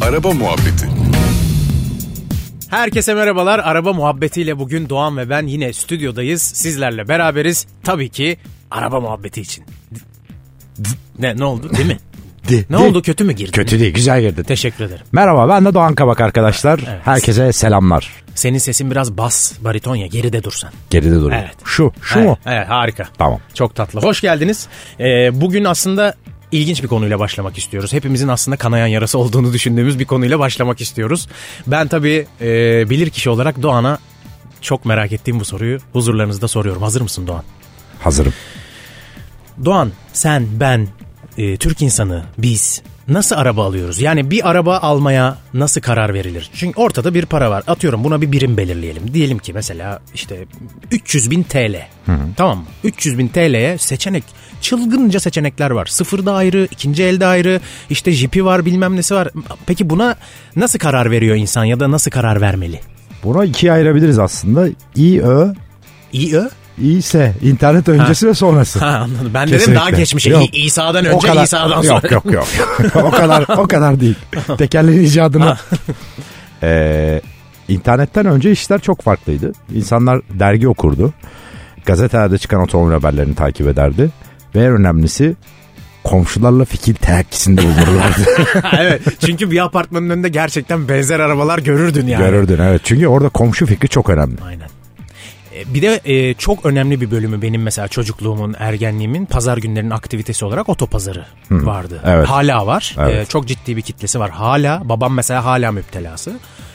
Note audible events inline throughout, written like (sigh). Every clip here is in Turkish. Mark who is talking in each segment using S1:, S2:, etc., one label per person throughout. S1: Araba Muhabbeti
S2: Herkese merhabalar. Araba muhabbetiyle bugün Doğan ve ben yine stüdyodayız. Sizlerle beraberiz. Tabii ki araba muhabbeti için. Ne ne oldu değil mi?
S3: Di-
S2: Ne
S3: di-
S2: oldu kötü mü girdin?
S3: Kötü değil güzel girdin.
S2: Teşekkür ederim.
S3: Merhaba ben de Doğan Kabak arkadaşlar. Herkese selamlar.
S2: Senin sesin biraz bas, bariton ya geride dursan.
S3: Geride duruyor.
S2: Evet.
S3: Şu şu
S2: evet,
S3: mu?
S2: Evet harika.
S3: Tamam.
S2: Çok tatlı. Hoş geldiniz. Ee, bugün aslında ilginç bir konuyla başlamak istiyoruz. Hepimizin aslında kanayan yarası olduğunu düşündüğümüz bir konuyla başlamak istiyoruz. Ben tabii e, bilir kişi olarak Doğan'a çok merak ettiğim bu soruyu huzurlarınızda soruyorum. Hazır mısın Doğan?
S3: Hazırım.
S2: Doğan sen ben e, Türk insanı biz nasıl araba alıyoruz? Yani bir araba almaya nasıl karar verilir? Çünkü ortada bir para var. Atıyorum buna bir birim belirleyelim. Diyelim ki mesela işte 300 bin TL. Tamam mı? 300 bin TL'ye seçenek çılgınca seçenekler var. Sıfırda ayrı, ikinci elde ayrı, işte jipi var bilmem nesi var. Peki buna nasıl karar veriyor insan ya da nasıl karar vermeli?
S3: Buna ikiye ayırabiliriz aslında. İÖ,
S2: İyi ö?
S3: İse internet öncesi ve sonrası.
S2: Ha anladım. Ben
S3: Kesinlikle.
S2: dedim daha geçmişe.
S3: Yok.
S2: İ- İsa'dan önce İsa'dan sonra.
S3: Yok
S2: (laughs)
S3: yok yok. o kadar o kadar değil. Tekerleğin icadını. ee, internetten önce işler çok farklıydı. İnsanlar dergi okurdu. Gazetelerde çıkan otomobil haberlerini takip ederdi. Ve en önemlisi komşularla fikir teakkisinde bulunurlardı.
S2: evet. Çünkü bir apartmanın önünde gerçekten benzer arabalar görürdün (laughs) yani.
S3: Görürdün evet. Çünkü orada komşu fikri çok önemli.
S2: Aynen. E, Bir de e, çok önemli bir bölümü benim mesela çocukluğumun, ergenliğimin pazar günlerinin aktivitesi olarak otopazarı vardı.
S3: evet.
S2: Hala var.
S3: Evet.
S2: E, çok ciddi bir kitlesi var. Hala. Babam mesela hala müptelası.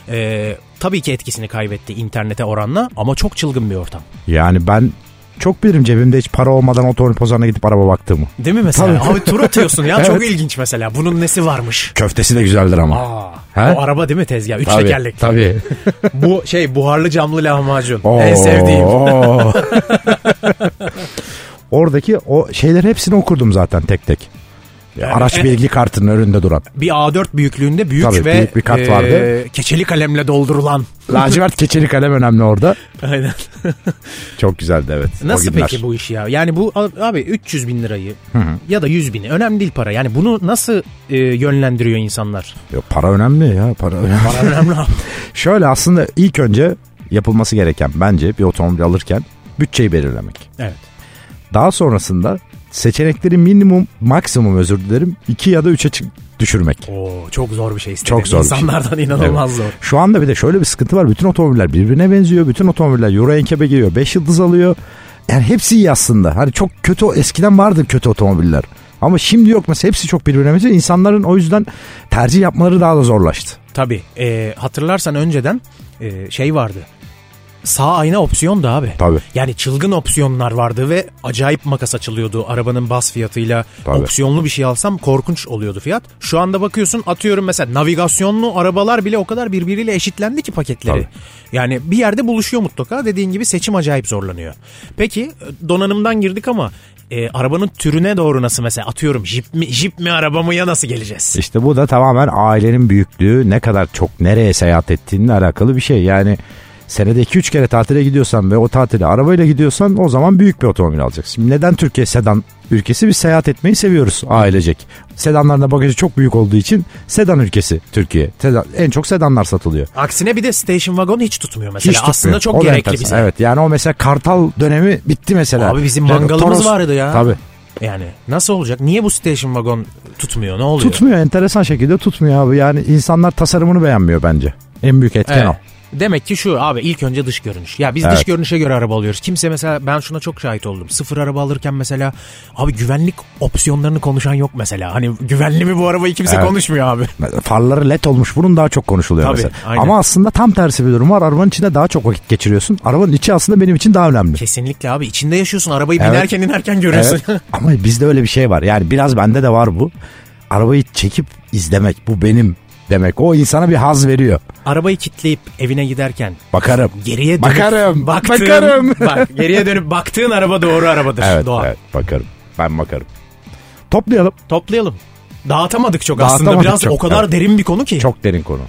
S2: E, tabii ki etkisini kaybetti internete oranla ama çok çılgın bir ortam.
S3: Yani ben çok bilirim cebimde hiç para olmadan otomobil pazarına gidip araba baktığımı.
S2: Değil mi mesela?
S3: Tabii.
S2: Abi tur atıyorsun
S3: (laughs)
S2: ya çok ilginç mesela. Bunun nesi varmış?
S3: Köftesi de güzeldir ama.
S2: Aa,
S3: He?
S2: o araba değil mi tezgah? Üç
S3: Tabii,
S2: tekerlekli.
S3: tabii.
S2: Bu şey buharlı camlı lahmacun.
S3: Oo.
S2: En sevdiğim.
S3: (laughs) Oradaki o şeyler hepsini okurdum zaten tek tek. Araç bilgi kartının önünde duran.
S2: bir A4 büyüklüğünde büyük
S3: Tabii,
S2: ve e,
S3: büyük bir kat vardı.
S2: keçeli kalemle
S3: (laughs)
S2: doldurulan.
S3: Lacivert keçeli kalem önemli orada.
S2: Aynen.
S3: Çok güzeldi evet.
S2: (laughs)
S3: O
S2: Nasıl
S3: günler.
S2: peki bu iş ya? Yani bu abi 300 bin lirayı ya da 100 bini önemli değil para. Yani bunu nasıl e, yönlendiriyor
S3: (laughs)
S2: insanlar?
S3: Yok, para önemli ya
S2: (laughs)
S3: para önemli.
S2: Para önemli abi.
S3: Şöyle aslında ilk önce yapılması gereken bence bir otomobil alırken bütçeyi belirlemek.
S2: Evet.
S3: Daha sonrasında seçenekleri minimum maksimum özür dilerim 2 ya da 3'e düşürmek.
S2: Oo, çok zor bir şey istedim.
S3: Çok zor bir şey.
S2: İnsanlardan inanılmaz zor.
S3: Şu anda bir de şöyle bir sıkıntı var. Bütün otomobiller birbirine benziyor. Bütün otomobiller Euro NCAP'e giriyor. 5 yıldız alıyor. Yani hepsi iyi aslında. Hani çok kötü eskiden vardı kötü otomobiller. Ama şimdi yok mesela hepsi çok birbirine benziyor. İnsanların o yüzden tercih yapmaları daha da zorlaştı.
S2: Tabii. e, hatırlarsan önceden e, şey vardı. Sağ ayna opsiyondu abi.
S3: Tabii.
S2: Yani çılgın opsiyonlar vardı ve acayip makas açılıyordu. Arabanın bas fiyatıyla
S3: Tabii.
S2: opsiyonlu bir şey alsam korkunç oluyordu fiyat. Şu anda bakıyorsun atıyorum mesela navigasyonlu arabalar bile o kadar birbiriyle eşitlendi ki paketleri.
S3: Tabii.
S2: Yani bir yerde buluşuyor mutlaka. Dediğin gibi seçim acayip zorlanıyor. Peki donanımdan girdik ama e, arabanın türüne doğru nasıl mesela atıyorum jip mi, jip mi araba mı ya nasıl geleceğiz?
S3: İşte bu da tamamen ailenin büyüklüğü ne kadar çok nereye seyahat ettiğinle alakalı bir şey. Yani senede 2-3 kere tatile gidiyorsan ve o tatile arabayla gidiyorsan o zaman büyük bir otomobil alacaksın. Şimdi neden Türkiye sedan ülkesi? Biz seyahat etmeyi seviyoruz ailecek. Sedanların da bagajı çok büyük olduğu için sedan ülkesi Türkiye. Sedan- en çok sedanlar satılıyor.
S2: Aksine bir de station wagon hiç tutmuyor mesela.
S3: Hiç tutmuyor.
S2: Aslında çok
S3: O da
S2: gerekli
S3: enteresan.
S2: bize.
S3: Evet yani o mesela Kartal dönemi bitti mesela.
S2: Abi bizim
S3: Yani
S2: mangalımız
S3: Toros-
S2: vardı ya.
S3: Tabii.
S2: Yani nasıl olacak? Niye bu station wagon tutmuyor? Ne oluyor?
S3: Tutmuyor enteresan şekilde tutmuyor abi. Yani insanlar tasarımını beğenmiyor bence. En büyük etken
S2: Evet.
S3: o.
S2: Demek ki şu abi ilk önce dış görünüş. Ya biz dış
S3: Evet.
S2: görünüşe göre araba alıyoruz. Kimse mesela ben şuna çok şahit oldum. Sıfır araba alırken mesela abi güvenlik opsiyonlarını konuşan yok mesela. Hani güvenli mi bu arabayı kimse
S3: Evet.
S2: konuşmuyor abi.
S3: Farları led olmuş bunun daha çok konuşuluyor
S2: Tabii,
S3: mesela.
S2: aynen.
S3: Ama aslında tam tersi bir durum var. Arabanın içinde daha çok vakit geçiriyorsun. Arabanın içi aslında benim için daha önemli.
S2: Kesinlikle abi içinde yaşıyorsun. Arabayı
S3: Evet.
S2: binerken inerken görüyorsun. (laughs)
S3: Evet. Ama bizde öyle bir şey var. Yani biraz bende de var bu. Arabayı çekip izlemek bu benim demek. O insana bir haz veriyor.
S2: arabayı kitleyip evine giderken
S3: Bakarım.
S2: geriye dönüp
S3: Bakarım,
S2: baktığın,
S3: bakarım.
S2: bak geriye dönüp baktığın araba doğru arabadır.
S3: Evet,
S2: Doğa.
S3: evet bakarım. Ben bakarım. Toplayalım.
S2: Toplayalım. Dağıtamadık çok aslında
S3: Dağıtamadık
S2: biraz
S3: çok,
S2: o kadar
S3: evet.
S2: derin bir konu ki.
S3: Çok derin konu.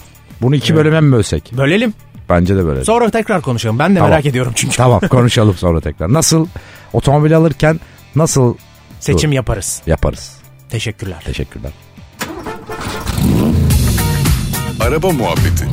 S3: Bunu iki bölüme mi bölsek?
S2: Bölelim.
S3: Bence de böyle.
S2: Sonra tekrar konuşalım. Ben de
S3: Tamam.
S2: merak ediyorum çünkü.
S3: Tamam konuşalım sonra tekrar. Nasıl otomobil alırken nasıl
S2: Seçim yaparız.
S3: yaparız?
S2: Teşekkürler.
S3: Teşekkürler.
S1: Araba Muhabbeti